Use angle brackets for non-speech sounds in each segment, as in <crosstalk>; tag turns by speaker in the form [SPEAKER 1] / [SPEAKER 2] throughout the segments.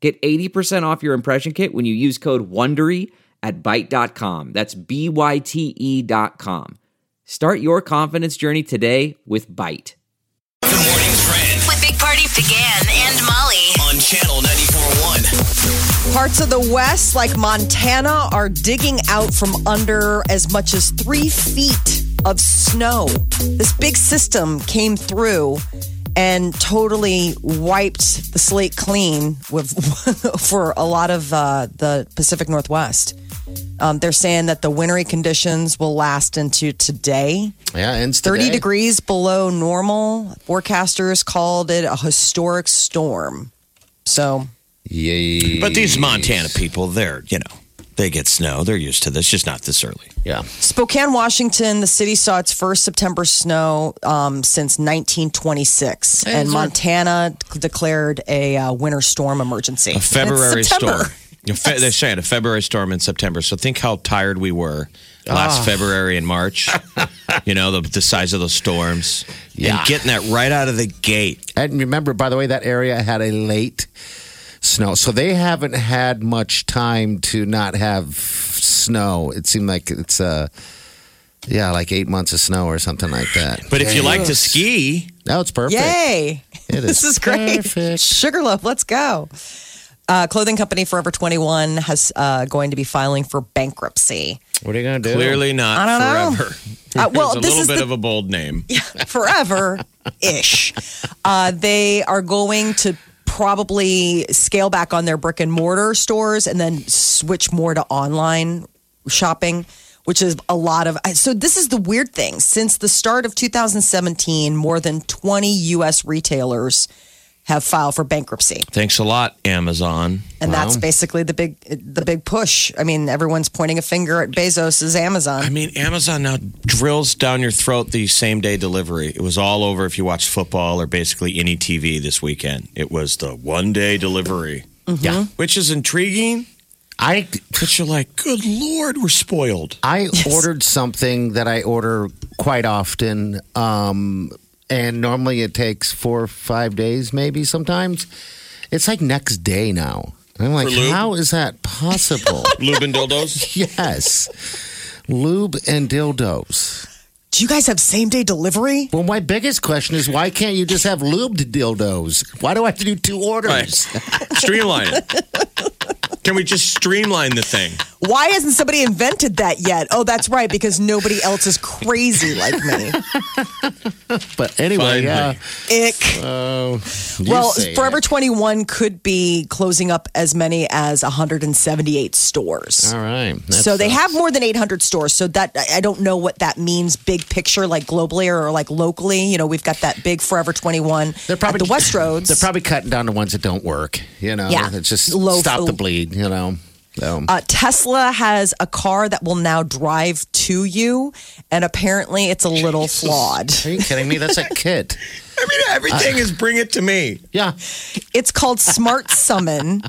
[SPEAKER 1] Get 80% off your impression kit when you use code WONDERY at Byte.com. That's B-Y-T-E E dot com. Start your confidence journey today with Byte.
[SPEAKER 2] The morning trend
[SPEAKER 3] With Big Party began and Molly.
[SPEAKER 2] on channel 941.
[SPEAKER 4] Parts of the West, like Montana, are digging out from under as much as three feet of snow. This big system came through and totally wiped the slate clean with, <laughs> for a lot of uh, the Pacific Northwest. Um, they're saying that the wintry conditions will last into today.
[SPEAKER 5] Yeah, ends
[SPEAKER 4] 30
[SPEAKER 5] today.
[SPEAKER 4] degrees below normal. Forecasters called it a historic storm. So
[SPEAKER 5] Yay.
[SPEAKER 2] But these Montana people, they're, you know, they get snow. They're used to this, just not this early.
[SPEAKER 5] Yeah.
[SPEAKER 4] Spokane, Washington, the city saw its first September snow um, since 1926, and Montana declared a uh, winter storm emergency.
[SPEAKER 6] A February
[SPEAKER 4] It's
[SPEAKER 6] storm.
[SPEAKER 4] September.
[SPEAKER 6] A Fe- they're saying a February storm in September. So think how tired we were
[SPEAKER 4] Ah.
[SPEAKER 6] last February and
[SPEAKER 4] <laughs>
[SPEAKER 6] March. you know, the, the size of those storms.
[SPEAKER 5] Yeah.
[SPEAKER 6] And getting that right out of the gate.
[SPEAKER 5] And remember, by the way, that area had a late snow. So they haven't had much time to not have snow. It seemed like it's, uh, yeah, like eight months of snow or something like that.
[SPEAKER 6] But if you like to ski,
[SPEAKER 5] No, it's
[SPEAKER 4] <laughs>
[SPEAKER 5] perfect.
[SPEAKER 4] Yay! <laughs>
[SPEAKER 5] It
[SPEAKER 4] This is great.
[SPEAKER 5] perfect.
[SPEAKER 4] Sugarloaf, let's go. Uh, clothing company Forever 21 has uh, going to be filing for bankruptcy.
[SPEAKER 5] What are you going to do?
[SPEAKER 6] clearly not
[SPEAKER 4] I don't know.
[SPEAKER 6] forever.
[SPEAKER 4] Uh, well,
[SPEAKER 6] it's a
[SPEAKER 4] this
[SPEAKER 6] little
[SPEAKER 4] is
[SPEAKER 6] bit
[SPEAKER 4] the-
[SPEAKER 6] of a bold name.
[SPEAKER 4] forever ish. Uh, they are going to probably scale back on their brick and mortar stores and then switch more to online shopping, which is a lot of. So, this is the weird thing. Since the start of 2017, more than 20 U.S. retailers have filed for bankruptcy.
[SPEAKER 6] Thanks a lot, Amazon.
[SPEAKER 4] And that's basically the big the big push. I mean, everyone's pointing a finger at Bezos' Amazon.
[SPEAKER 6] I mean, Amazon now drills down your throat the same day delivery. It was all over if you watched football or basically any TV this weekend. It was the one day delivery.
[SPEAKER 4] Mm-hmm.
[SPEAKER 6] Yeah. Which is intriguing,
[SPEAKER 5] I
[SPEAKER 6] but you're like, good Lord, we're spoiled.
[SPEAKER 5] I ordered something that I order quite often, um, and normally it takes four or five days, maybe sometimes. It's like next day now. And I'm like,
[SPEAKER 6] For lube?
[SPEAKER 5] how is
[SPEAKER 6] <laughs>
[SPEAKER 5] that possible?
[SPEAKER 6] Lube and dildos?
[SPEAKER 5] yes, lube and dildos.
[SPEAKER 4] Do you guys have same day delivery?
[SPEAKER 5] Well, my biggest question is why can't you just have lubed dildos? Why do I have to do two orders?
[SPEAKER 6] <laughs> Streamline it. Can we just streamline the thing?
[SPEAKER 4] Why hasn't somebody invented that yet? Oh, that's right, because nobody else is crazy like me.
[SPEAKER 5] But
[SPEAKER 6] Finally.
[SPEAKER 5] anyway, yeah. <laughs>
[SPEAKER 4] Ick.
[SPEAKER 5] Oh, you
[SPEAKER 4] well,
[SPEAKER 5] say
[SPEAKER 4] Forever
[SPEAKER 5] it.
[SPEAKER 4] 21 could be closing up as many as 178 stores.
[SPEAKER 5] All right. that
[SPEAKER 4] so they
[SPEAKER 5] sucks.
[SPEAKER 4] have more than 800 stores. So that I I don't know what that means, big picture, like globally or like locally. You know, we've got that big Forever 21.
[SPEAKER 5] They're probably
[SPEAKER 4] at the
[SPEAKER 5] <laughs>
[SPEAKER 4] Westroads.
[SPEAKER 5] They're probably cutting down the ones that don't work. You know,
[SPEAKER 4] Yeah.
[SPEAKER 5] it's just
[SPEAKER 4] Low-
[SPEAKER 5] stop the bleed. You know, so,
[SPEAKER 4] Uh, Tesla has a car that will now drive to you, and apparently it's a little flawed.
[SPEAKER 5] are you kidding me? That's
[SPEAKER 4] <laughs>
[SPEAKER 5] a kit.
[SPEAKER 6] I mean, everything is bring it to me.
[SPEAKER 5] Yeah,
[SPEAKER 4] It's called
[SPEAKER 5] <laughs>
[SPEAKER 4] Smart Summon.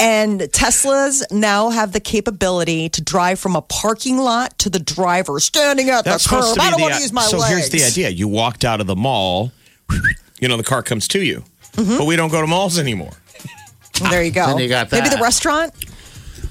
[SPEAKER 4] And Teslas now have the capability to drive from a parking lot to the driver standing at
[SPEAKER 6] That's
[SPEAKER 4] the
[SPEAKER 6] supposed
[SPEAKER 4] curb.
[SPEAKER 6] to be
[SPEAKER 4] I don't
[SPEAKER 6] the
[SPEAKER 4] want to use my
[SPEAKER 6] So
[SPEAKER 4] legs.
[SPEAKER 6] here's the idea you walked out of the mall, you know, the car comes to you,
[SPEAKER 4] Mm-hmm.
[SPEAKER 6] but we don't go to malls anymore.
[SPEAKER 4] There you go.
[SPEAKER 5] Then you got
[SPEAKER 4] Maybe
[SPEAKER 5] that.
[SPEAKER 4] the restaurant.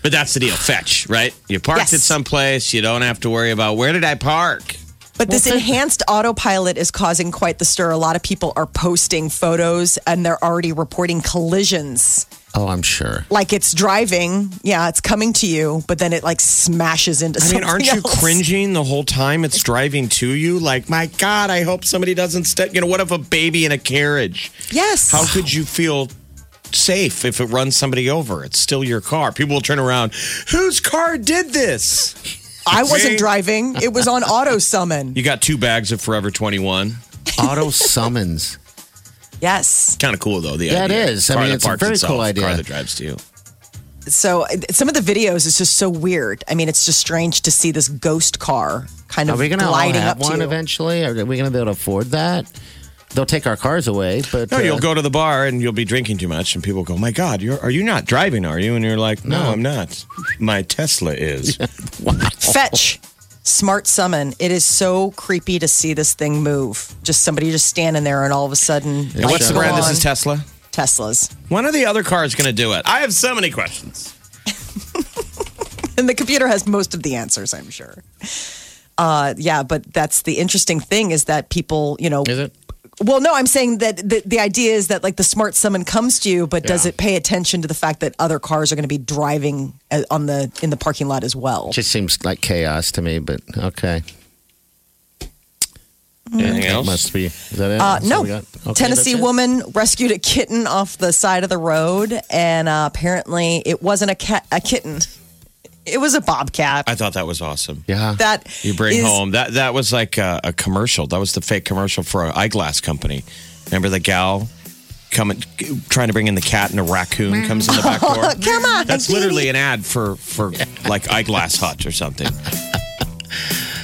[SPEAKER 6] But that's the deal. Fetch, right? You parked
[SPEAKER 4] Yes.
[SPEAKER 6] at some place. You don't have to worry about where did I park.
[SPEAKER 4] But this enhanced autopilot is causing quite the stir. A lot of people are posting photos and they're already reporting collisions.
[SPEAKER 5] Oh, I'm sure.
[SPEAKER 4] Like it's driving, yeah, it's coming to you, but then it like smashes into
[SPEAKER 6] I
[SPEAKER 4] something
[SPEAKER 6] mean, aren't you
[SPEAKER 4] else.
[SPEAKER 6] cringing the whole time it's driving to you? Like, my God, I hope somebody doesn't step. You know, what if a baby in a carriage? <sighs>
[SPEAKER 4] Yes.
[SPEAKER 6] How could you feel safe if it runs somebody over? It's still your car. People will turn around. Whose car did this?
[SPEAKER 4] I
[SPEAKER 6] See?
[SPEAKER 4] wasn't driving. It
[SPEAKER 6] <laughs>
[SPEAKER 4] was on auto summon.
[SPEAKER 6] You got two bags of Forever 21.
[SPEAKER 5] Auto summons.
[SPEAKER 4] Yes.
[SPEAKER 6] Kind of cool, though. The
[SPEAKER 5] Yeah, it
[SPEAKER 6] idea.
[SPEAKER 5] is. I
[SPEAKER 6] Car
[SPEAKER 5] mean,
[SPEAKER 6] that
[SPEAKER 5] it's a
[SPEAKER 6] parks
[SPEAKER 5] very
[SPEAKER 6] itself,
[SPEAKER 5] cool idea.
[SPEAKER 6] Car that drives to you.
[SPEAKER 4] so it- some of the videos is just so weird. I mean, it's just strange to see this ghost car kind
[SPEAKER 5] Are
[SPEAKER 4] of
[SPEAKER 5] we going to all
[SPEAKER 4] gliding
[SPEAKER 5] have
[SPEAKER 4] up
[SPEAKER 5] one
[SPEAKER 4] to you.
[SPEAKER 5] eventually? Are we going to be able to afford that? They'll take our cars away, but
[SPEAKER 6] No,
[SPEAKER 5] uh,
[SPEAKER 6] you'll go to the bar and you'll be drinking too much, and people go, "My God, you're are you not driving? Are you?" And you're like, "No, I'm not. My Tesla
[SPEAKER 4] <laughs>
[SPEAKER 6] is."
[SPEAKER 4] Fetch. Smart summon. It is so creepy to see this thing move. Just somebody just standing there, and all of a sudden,
[SPEAKER 5] Yeah,
[SPEAKER 6] What's
[SPEAKER 5] What's
[SPEAKER 6] the
[SPEAKER 5] the
[SPEAKER 4] go
[SPEAKER 6] brand? This
[SPEAKER 4] on.
[SPEAKER 6] is Tesla.
[SPEAKER 4] Teslas. <laughs>
[SPEAKER 6] When are the other cars going to do it? I have so many questions.
[SPEAKER 4] And the computer has most of the answers, I'm sure. Uh, yeah, but that's the interesting thing is that people, you know,
[SPEAKER 5] Is it?
[SPEAKER 4] well, no, I'm saying that the, the idea is that like the smart summon comes to you, but does
[SPEAKER 6] Yeah.
[SPEAKER 4] it pay attention to the fact that other cars are going to be driving uh, on the in the parking lot as well?
[SPEAKER 5] Just seems like chaos to me, but okay.
[SPEAKER 6] Anything
[SPEAKER 5] It
[SPEAKER 6] else?
[SPEAKER 5] must be. Is that it?
[SPEAKER 4] Hmm. Uh,
[SPEAKER 5] That's
[SPEAKER 4] no,
[SPEAKER 5] all we got? Okay,
[SPEAKER 4] Tennessee
[SPEAKER 5] that's it?
[SPEAKER 4] woman rescued a kitten off the side of the road, and uh, apparently it wasn't a cat, a kitten. It was a bobcat.
[SPEAKER 6] I thought that was awesome.
[SPEAKER 5] Yeah.
[SPEAKER 4] That
[SPEAKER 6] Uh, You bring
[SPEAKER 4] is-
[SPEAKER 6] home that that was like a, a commercial. That was the fake commercial for an eyeglass company. Remember the gal coming, trying to bring in the cat, and a raccoon comes in the back door.
[SPEAKER 4] Mm. <laughs> Come on,
[SPEAKER 6] That's
[SPEAKER 4] kitty.
[SPEAKER 6] literally an ad for
[SPEAKER 4] <laughs>
[SPEAKER 6] for like eyeglass hut or something.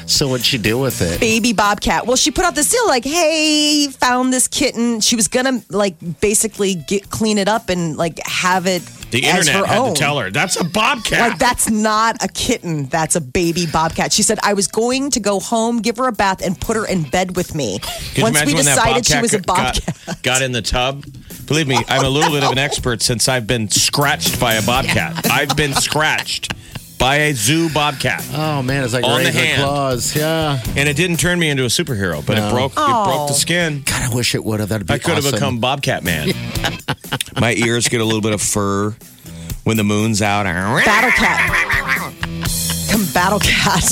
[SPEAKER 5] so what'd she do with it?
[SPEAKER 4] baby bobcat. Well, she put out this deal like, "Hey, found this kitten." She was gonna like basically get clean it up and like have it
[SPEAKER 6] The
[SPEAKER 4] as
[SPEAKER 6] internet
[SPEAKER 4] her
[SPEAKER 6] had
[SPEAKER 4] own.
[SPEAKER 6] to tell her that's a bobcat.
[SPEAKER 4] Like that's not a kitten. That's a baby bobcat. She said, "I was going to go home, give her a bath, and put her in bed with me."
[SPEAKER 6] Could you
[SPEAKER 4] Once we
[SPEAKER 6] imagine when that
[SPEAKER 4] decided she
[SPEAKER 6] bobcat
[SPEAKER 4] was a
[SPEAKER 6] got-
[SPEAKER 4] bobcat,
[SPEAKER 6] Got, in the tub. Believe me, I'm a little bit of an expert since I've been scratched by a bobcat. I've been scratched by a zoo bobcat,
[SPEAKER 5] Oh man, it's like
[SPEAKER 6] On the
[SPEAKER 5] razor
[SPEAKER 6] hand.
[SPEAKER 5] claws. Yeah.
[SPEAKER 6] and it didn't turn me into a superhero, but it broke it broke
[SPEAKER 4] Oh.
[SPEAKER 6] the skin.
[SPEAKER 5] God, I wish it would have. That'd be
[SPEAKER 6] I could have
[SPEAKER 5] awesome.
[SPEAKER 6] become Bobcat Man. My ears get a little bit of fur when the moon's out.
[SPEAKER 4] battle cat. Come battle cat.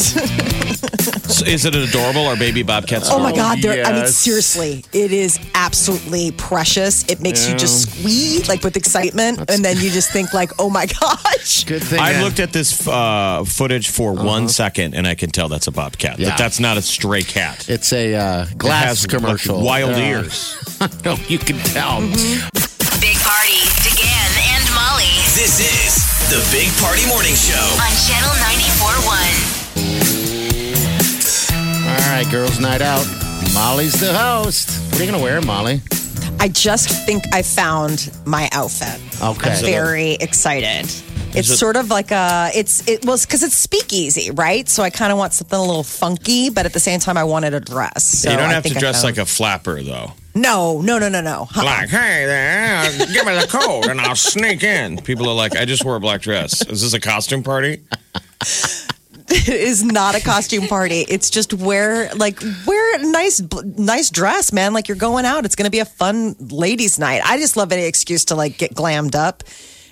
[SPEAKER 4] <laughs>
[SPEAKER 6] Is it adorable? Are baby bobcats?
[SPEAKER 4] oh my
[SPEAKER 6] adorable?
[SPEAKER 4] god, they're I mean
[SPEAKER 5] yes.
[SPEAKER 4] seriously, it is absolutely precious. It makes you just squeal like with excitement and then you just think like, "Oh my <laughs> gosh."
[SPEAKER 5] Good thing.
[SPEAKER 6] I looked at this uh, footage for
[SPEAKER 4] Uh-huh.
[SPEAKER 6] one second, and I can tell that's a bobcat.
[SPEAKER 5] Yeah.
[SPEAKER 6] That that's not a stray cat.
[SPEAKER 5] It's a uh, glass
[SPEAKER 6] has, like,
[SPEAKER 5] commercial.
[SPEAKER 6] wild
[SPEAKER 5] Yeah.
[SPEAKER 6] ears.
[SPEAKER 5] <laughs> no, you can tell.
[SPEAKER 3] Big Party, DeGan and Molly
[SPEAKER 7] This is the Big Party Morning Show.
[SPEAKER 3] on Channel 94.1.
[SPEAKER 5] All right, girls' night out. Molly's the host. What are you gonna wear, Molly?
[SPEAKER 4] I just think I found my outfit.
[SPEAKER 5] Okay.
[SPEAKER 4] I'm very excited. It's
[SPEAKER 6] it-
[SPEAKER 4] sort of like a it's it was because it's speakeasy, right? So I kind of want something a little funky, but at the same time I wanted a dress. So
[SPEAKER 6] you don't
[SPEAKER 4] I
[SPEAKER 6] have to
[SPEAKER 4] think I
[SPEAKER 6] dress
[SPEAKER 4] found-
[SPEAKER 6] like a flapper, though.
[SPEAKER 4] no, no, no, no, no. Huh.
[SPEAKER 6] Like, hey there, give me the coat and I'll sneak in. People are like, I just wore a black dress. Is this a costume party?
[SPEAKER 4] It <laughs> is not a costume party. It's just wear like wear a nice bl- nice dress, man. Like you're going out. It's going to be a fun ladies' night. I just love any excuse to like get glammed up.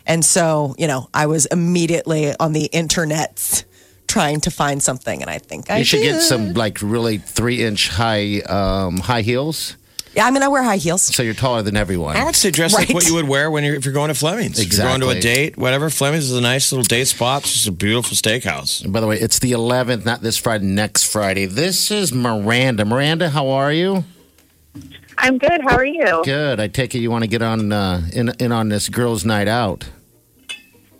[SPEAKER 4] And so, you know, I was immediately on the internet trying to find something, and I think I
[SPEAKER 5] You should
[SPEAKER 4] did.
[SPEAKER 5] get some like really three-inch high um, high heels,
[SPEAKER 4] Yeah, I mean, I wear high heels.
[SPEAKER 5] so you're taller than everyone.
[SPEAKER 6] I would say dress like
[SPEAKER 4] Right.
[SPEAKER 6] what you would wear when you're if you're going to Fleming's. If You're going to a
[SPEAKER 5] Exactly.
[SPEAKER 6] date, whatever. Fleming's is a nice little date spot. It's just a beautiful steakhouse.
[SPEAKER 5] By the way, it's the 11th, not this Friday, next Friday. This is Miranda. Miranda, how are you?
[SPEAKER 8] I'm good. How are you?
[SPEAKER 5] Good. I take it you want to get on uh, in in on this girls' night out.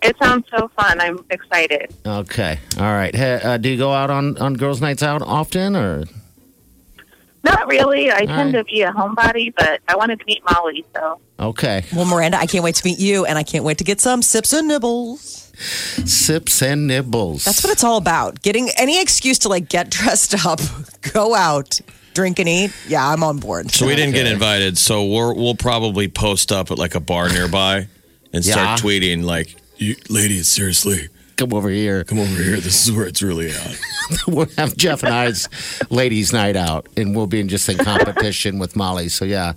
[SPEAKER 8] It sounds so fun. I'm excited.
[SPEAKER 5] Okay. All right. Hey, uh, do you go out on on girls' nights out often or?
[SPEAKER 8] Not really. I
[SPEAKER 5] right.
[SPEAKER 8] tend to be a homebody, but I wanted to meet Molly, so
[SPEAKER 5] Okay.
[SPEAKER 4] Well, Miranda, I can't wait to meet you, and I can't wait to get some sips and nibbles.
[SPEAKER 5] Sips and nibbles.
[SPEAKER 4] That's what it's all about. Getting any excuse to like get <laughs> dressed up, go out, drink and eat. Yeah, I'm on board.
[SPEAKER 6] So we didn't get invited. So we're, we'll probably post up at like a bar nearby and
[SPEAKER 5] Yeah.
[SPEAKER 6] start tweeting like,
[SPEAKER 9] You, ladies, seriously,
[SPEAKER 5] Come over here. <laughs>
[SPEAKER 9] come over here. This is where it's really at.
[SPEAKER 5] We'll have Jeff and I's ladies' night out, and we'll be in just in competition with Molly. So yeah.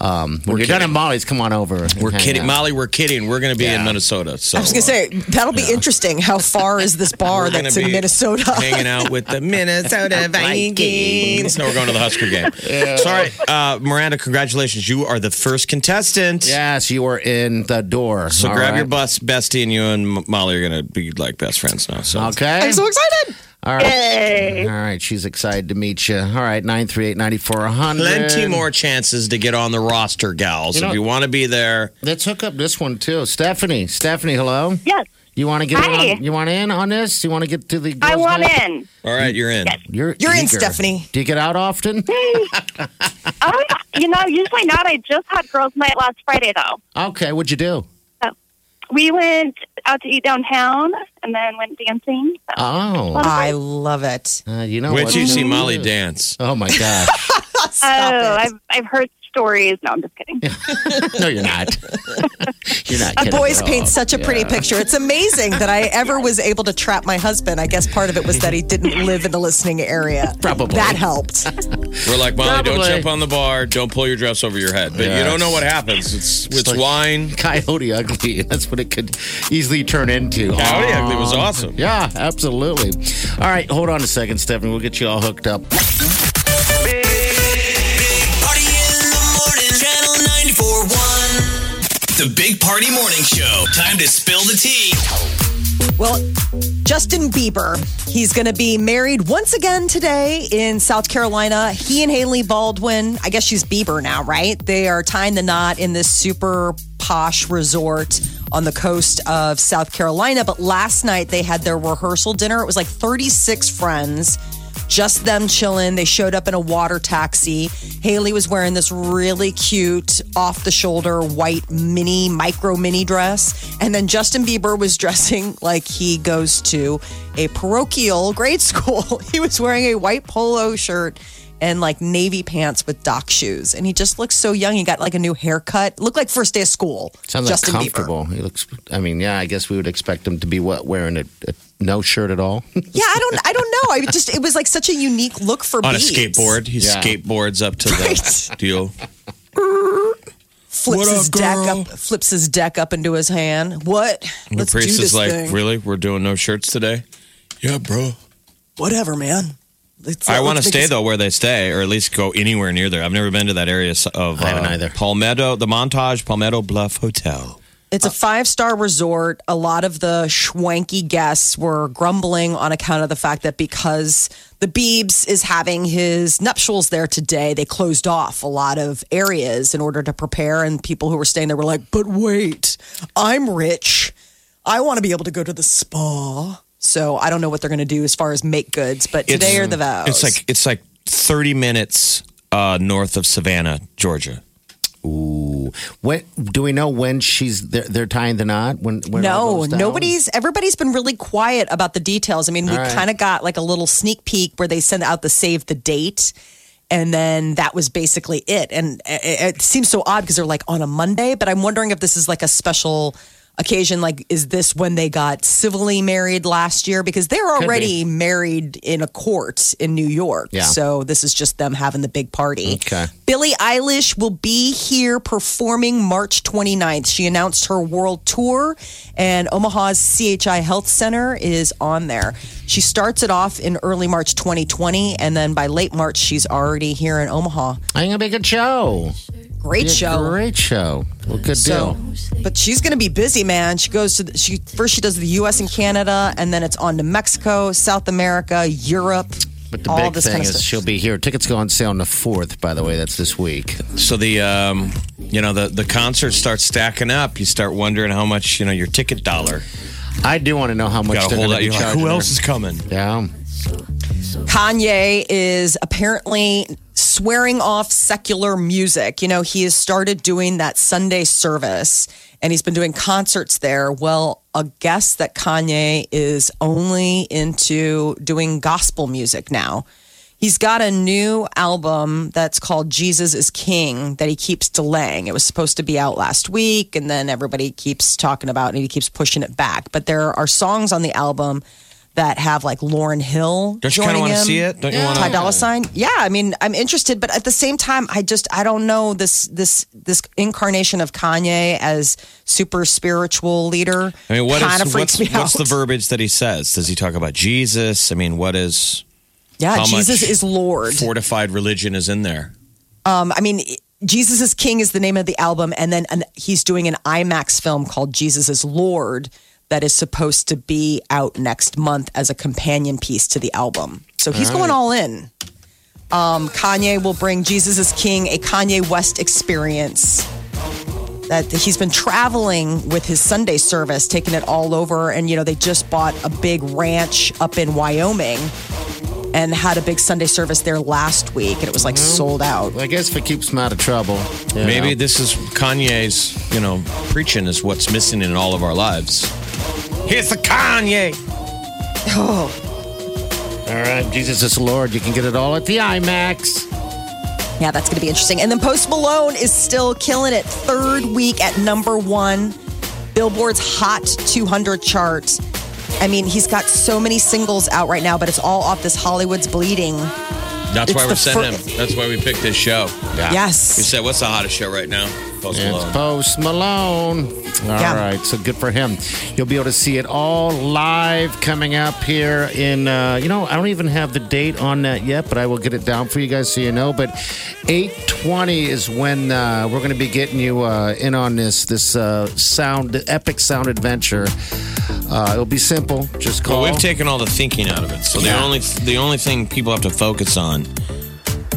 [SPEAKER 5] Um, when you're done at Molly's, come on over. and
[SPEAKER 6] "We're
[SPEAKER 5] hang
[SPEAKER 6] kidding,
[SPEAKER 5] out.
[SPEAKER 6] Molly. We're kidding. We're going to be in
[SPEAKER 5] Yeah.
[SPEAKER 6] Minnesota." So uh,
[SPEAKER 4] I was gonna say that'll be interesting. How far
[SPEAKER 6] <laughs>
[SPEAKER 4] is this bar
[SPEAKER 6] We're gonna
[SPEAKER 4] that's in
[SPEAKER 6] be
[SPEAKER 4] Minnesota? <laughs>
[SPEAKER 6] hanging out with the <laughs> Minnesota Vikings. No, we're going to the Husker <laughs> game. Sorry, uh, Miranda. Congratulations, you are the first contestant.
[SPEAKER 5] Yes, you are in the door.
[SPEAKER 6] So
[SPEAKER 5] All
[SPEAKER 6] grab
[SPEAKER 5] right.
[SPEAKER 6] your bus, bestie, and you and M- Molly are going to be like best friends now. So
[SPEAKER 5] Okay.
[SPEAKER 4] I'm so excited.
[SPEAKER 5] All right.
[SPEAKER 8] yay!
[SPEAKER 5] All right, she's excited to meet you. All right, 938-9400.
[SPEAKER 6] plenty more chances to get on the roster, gals.
[SPEAKER 5] You know-
[SPEAKER 6] if you want to be there,
[SPEAKER 5] Let's hook up this one too. Stephanie. Stephanie, hello.
[SPEAKER 8] Yes.
[SPEAKER 5] You want to get
[SPEAKER 8] Hi.
[SPEAKER 5] in on, you want in on this? You want to get to the?
[SPEAKER 8] I
[SPEAKER 5] girls'
[SPEAKER 8] want
[SPEAKER 5] night?
[SPEAKER 8] in.
[SPEAKER 6] All right, you're in.
[SPEAKER 5] You're
[SPEAKER 4] You're in,
[SPEAKER 5] eager.
[SPEAKER 4] Stephanie.
[SPEAKER 5] Do you get out often?
[SPEAKER 8] Oh, yeah. you know, usually not. I just had girls' night last Friday, though.
[SPEAKER 5] okay, what'd you do?
[SPEAKER 8] We went out to eat downtown and then went dancing. So.
[SPEAKER 5] Oh,
[SPEAKER 4] I love it.
[SPEAKER 5] uh, you know
[SPEAKER 6] Wait
[SPEAKER 5] what?
[SPEAKER 6] till you see Molly dance.
[SPEAKER 5] Oh my gosh!
[SPEAKER 4] Stop
[SPEAKER 8] <laughs> oh,
[SPEAKER 4] it.
[SPEAKER 8] I've I've heard stories. No, I'm just kidding.
[SPEAKER 5] No, you're not. <laughs> you're not.
[SPEAKER 4] A
[SPEAKER 5] kidding
[SPEAKER 4] boys
[SPEAKER 5] at
[SPEAKER 4] paint
[SPEAKER 5] all.
[SPEAKER 4] such a pretty picture. It's amazing
[SPEAKER 6] <laughs>
[SPEAKER 4] that I ever was able to trap my husband. I guess part of it was that he didn't live in the
[SPEAKER 6] <laughs>
[SPEAKER 4] listening area.
[SPEAKER 5] Probably.
[SPEAKER 4] That helped.
[SPEAKER 6] We're like, Molly, don't
[SPEAKER 5] Probably.
[SPEAKER 6] jump on the bar. Don't pull your dress over your head. But
[SPEAKER 5] Yeah,
[SPEAKER 6] you don't know
[SPEAKER 5] it's-
[SPEAKER 6] what happens. It's it's,
[SPEAKER 5] like-
[SPEAKER 6] wine.
[SPEAKER 5] Coyote Ugly. <laughs> That's what it could easily turn into.
[SPEAKER 6] Howdy, Ugly was awesome.
[SPEAKER 5] Yeah, absolutely. All right, hold on a second, Stephanie. We'll get you all hooked up.
[SPEAKER 7] Big Party in the morning. Channel 941. The Big Party Morning Show. Time to spill the tea.
[SPEAKER 4] Well, Justin Bieber, he's going to be married once again today in South Carolina. He and Haley Baldwin, I guess she's Bieber now, right? They are tying the knot in this super posh resort on the coast of South Carolina. But last night they had their rehearsal dinner. It was like 36 friends, just them chilling. They showed up in a water taxi. Haley was wearing this really cute off the shoulder white mini, micro mini dress. And then Justin Bieber was <laughs> dressing like he goes to a parochial grade school. <laughs> He was wearing a white polo shirt and like navy pants with dock shoes. And he just looks so young. He got like a new haircut. Looked like first day of school.
[SPEAKER 5] Sounds
[SPEAKER 4] Justin
[SPEAKER 5] like
[SPEAKER 4] Bieber.
[SPEAKER 5] comfortable. He looks. I mean, yeah, I guess we would expect him to be what wearing a, a no shirt at all.
[SPEAKER 4] Yeah, I don't I don't know. I just it was like such a unique look for
[SPEAKER 6] <laughs> On a
[SPEAKER 4] Biebs.
[SPEAKER 6] skateboard. He
[SPEAKER 5] Yeah.
[SPEAKER 6] skateboards up <laughs> to the
[SPEAKER 4] Right.
[SPEAKER 6] deal.
[SPEAKER 4] Flips
[SPEAKER 9] What up,
[SPEAKER 4] his deck
[SPEAKER 9] girl?
[SPEAKER 4] up flips his deck up into his hand. What?
[SPEAKER 6] The
[SPEAKER 4] Let's do
[SPEAKER 6] priest
[SPEAKER 4] this
[SPEAKER 6] is like,
[SPEAKER 4] thing.
[SPEAKER 6] really? We're doing no shirts today?
[SPEAKER 9] Yeah, bro.
[SPEAKER 4] Whatever, man. Let's-
[SPEAKER 6] I want to
[SPEAKER 4] let's make
[SPEAKER 6] stay
[SPEAKER 4] this-
[SPEAKER 6] though where they stay, or at least go anywhere near there. I've never been to that area s- of uh,
[SPEAKER 5] I haven't either.
[SPEAKER 6] Palmetto, the Montage Palmetto Bluff Hotel.
[SPEAKER 4] It's a five star resort. A lot of the schwanky guests were grumbling on account of the fact that because the Biebs is having his nuptials there today, they closed off a lot of areas in order to prepare. And people who were staying there were like, but wait, I'm rich. I want to be able to go to the spa. So I don't know what they're going to do as far as make goods, but today are the vows.
[SPEAKER 6] It's like it's like thirty minutes uh, north of Savannah, Georgia.
[SPEAKER 5] When do we know when she's they're, they're tying the knot? When, when all
[SPEAKER 4] No,
[SPEAKER 5] goes down?
[SPEAKER 4] nobody's. Everybody's been really quiet about the details. I mean, we
[SPEAKER 5] All right.
[SPEAKER 4] kind of got like a little sneak peek where they sent out the save the date, and then that was basically it. And it, it seems so odd because they're like on a Monday, but I'm wondering if this is like a special occasion. Like, is this when they got civilly married last year? Because they're already married in a court in New York.
[SPEAKER 5] Yeah.
[SPEAKER 4] So this is just them having the big party.
[SPEAKER 5] Okay.
[SPEAKER 4] Billie Eilish will be here performing March 29th. She announced her world tour, and Omaha's CHI Health Center is on there. She starts it off in early March 2020, and then by late March, she's already here in Omaha.
[SPEAKER 5] I'm gonna make a show.
[SPEAKER 4] Great
[SPEAKER 5] Be a
[SPEAKER 4] show.
[SPEAKER 5] Great show. Well, good
[SPEAKER 4] So,
[SPEAKER 5] deal.
[SPEAKER 4] but she's going to be busy, man. She goes to the, she first she does the U.S. and Canada, and then it's on to Mexico, South America, Europe.
[SPEAKER 5] But the
[SPEAKER 4] all
[SPEAKER 5] big
[SPEAKER 4] this
[SPEAKER 5] thing
[SPEAKER 4] kind of
[SPEAKER 5] is
[SPEAKER 4] stuff.
[SPEAKER 5] she'll be here. Tickets go on sale on the fourth. By the way, that's this week.
[SPEAKER 6] So the um, you know the the concert starts stacking up. You start wondering how much you know your ticket dollar.
[SPEAKER 5] I do want to know how much
[SPEAKER 6] Got to
[SPEAKER 5] they're
[SPEAKER 6] hold
[SPEAKER 5] gonna
[SPEAKER 6] out.
[SPEAKER 5] be
[SPEAKER 6] You're like,
[SPEAKER 5] charging
[SPEAKER 6] who
[SPEAKER 5] her.
[SPEAKER 6] else is coming?
[SPEAKER 5] Yeah.
[SPEAKER 4] Kanye is apparently swearing off secular music. You know, he has started doing that Sunday service and he's been doing concerts there. Well, a guess that Kanye is only into doing gospel music now. He's got a new album that's called Jesus is King that he keeps delaying. It was supposed to be out last week, and then everybody keeps talking about it and he keeps pushing it back. But there are songs on the album that have like Lauren Hill.
[SPEAKER 6] Don't you kinda
[SPEAKER 4] joining
[SPEAKER 6] wanna
[SPEAKER 4] him,
[SPEAKER 6] see it? Don't you wanna-
[SPEAKER 4] Ty Dolla Sign? Yeah, I mean, I'm interested, but at the same time, I just I don't know this this this incarnation of Kanye as super spiritual leader.
[SPEAKER 6] I mean, what
[SPEAKER 4] kind
[SPEAKER 6] is
[SPEAKER 4] of freaks
[SPEAKER 6] what's,
[SPEAKER 4] me
[SPEAKER 6] what's
[SPEAKER 4] out.
[SPEAKER 6] the verbiage that he says? Does he talk about Jesus? I mean, what is
[SPEAKER 4] yeah,
[SPEAKER 6] how much
[SPEAKER 4] Jesus is Lord.
[SPEAKER 6] fortified religion is in there?
[SPEAKER 4] Um, I mean, Jesus is King is the name of the album, and then an, he's doing an IMAX film called Jesus is Lord that is supposed to be out next month as a companion piece to the album. So he's going all in. Um, Kanye will bring Jesus is King, a Kanye West experience. that he's been traveling with his Sunday service, taking it all over. And, you know, they just bought a big ranch up in Wyoming and had a big Sunday service there last week. And it was like sold out.
[SPEAKER 5] I guess if it keeps him out of trouble. you
[SPEAKER 6] Maybe
[SPEAKER 5] know.
[SPEAKER 6] this is Kanye's, you know, preaching is what's missing in all of our lives. Here's the Kanye.
[SPEAKER 5] All right, Jesus is Lord. You can get it all at the IMAX.
[SPEAKER 4] Yeah, that's going to be interesting. And then Post Malone is still killing it. Third week at number one, Billboard's Hot 200 chart. I mean, he's got so many singles out right now, but it's all off this Hollywood's Bleeding.
[SPEAKER 6] That's
[SPEAKER 4] It's
[SPEAKER 6] why we're
[SPEAKER 4] the
[SPEAKER 6] sending
[SPEAKER 4] fir-
[SPEAKER 6] him. That's why we picked this show. Yeah.
[SPEAKER 4] Yes.
[SPEAKER 6] We said, what's the hottest show right now? Post
[SPEAKER 5] It's
[SPEAKER 6] Malone.
[SPEAKER 5] Post Malone. All right,
[SPEAKER 4] Yeah.
[SPEAKER 5] so good for him. You'll be able to see it all live coming up here in, uh, you know, I don't even have the date on that yet, but I will get it down for you guys so you know. But 820 is when uh, we're going to be getting you uh, in on this, this uh, sound, epic sound adventure. Uh, it'll be simple. Just
[SPEAKER 6] Well,
[SPEAKER 5] call.
[SPEAKER 6] we've taken all the thinking out of it. So
[SPEAKER 5] Yeah.
[SPEAKER 6] the only the only thing people have to focus on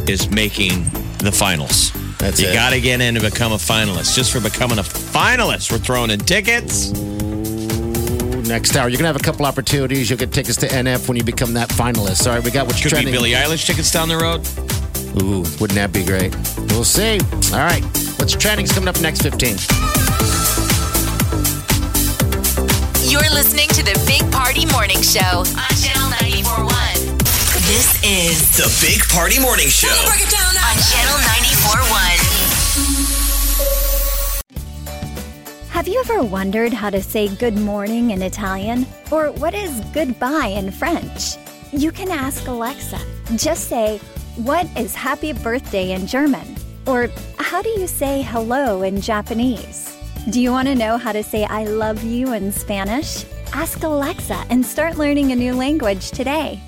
[SPEAKER 6] is making the finals.
[SPEAKER 5] That's
[SPEAKER 6] you
[SPEAKER 5] it.
[SPEAKER 6] got to get in to become a finalist. Just for becoming a finalist, we're throwing in tickets.
[SPEAKER 5] next hour. You're going to have a couple opportunities. You'll get tickets to NF when you become that finalist. All right, we got what's
[SPEAKER 6] Could
[SPEAKER 5] trending.
[SPEAKER 6] be Billie Eilish tickets down the road.
[SPEAKER 5] Ooh, wouldn't that be great? We'll see. All right, what's trending's coming up next 15.
[SPEAKER 3] You're listening to the Big Party Morning Show on Channel 941. This is
[SPEAKER 7] The Big Party Morning Show.
[SPEAKER 3] on Channel 941.
[SPEAKER 10] Have you ever wondered how to say good morning in Italian? Or what is goodbye in French? You can ask Alexa. Just say, What is happy birthday in German? Or how do you say hello in Japanese? Do you want to know how to say I love you in Spanish? Ask Alexa and start learning a new language today.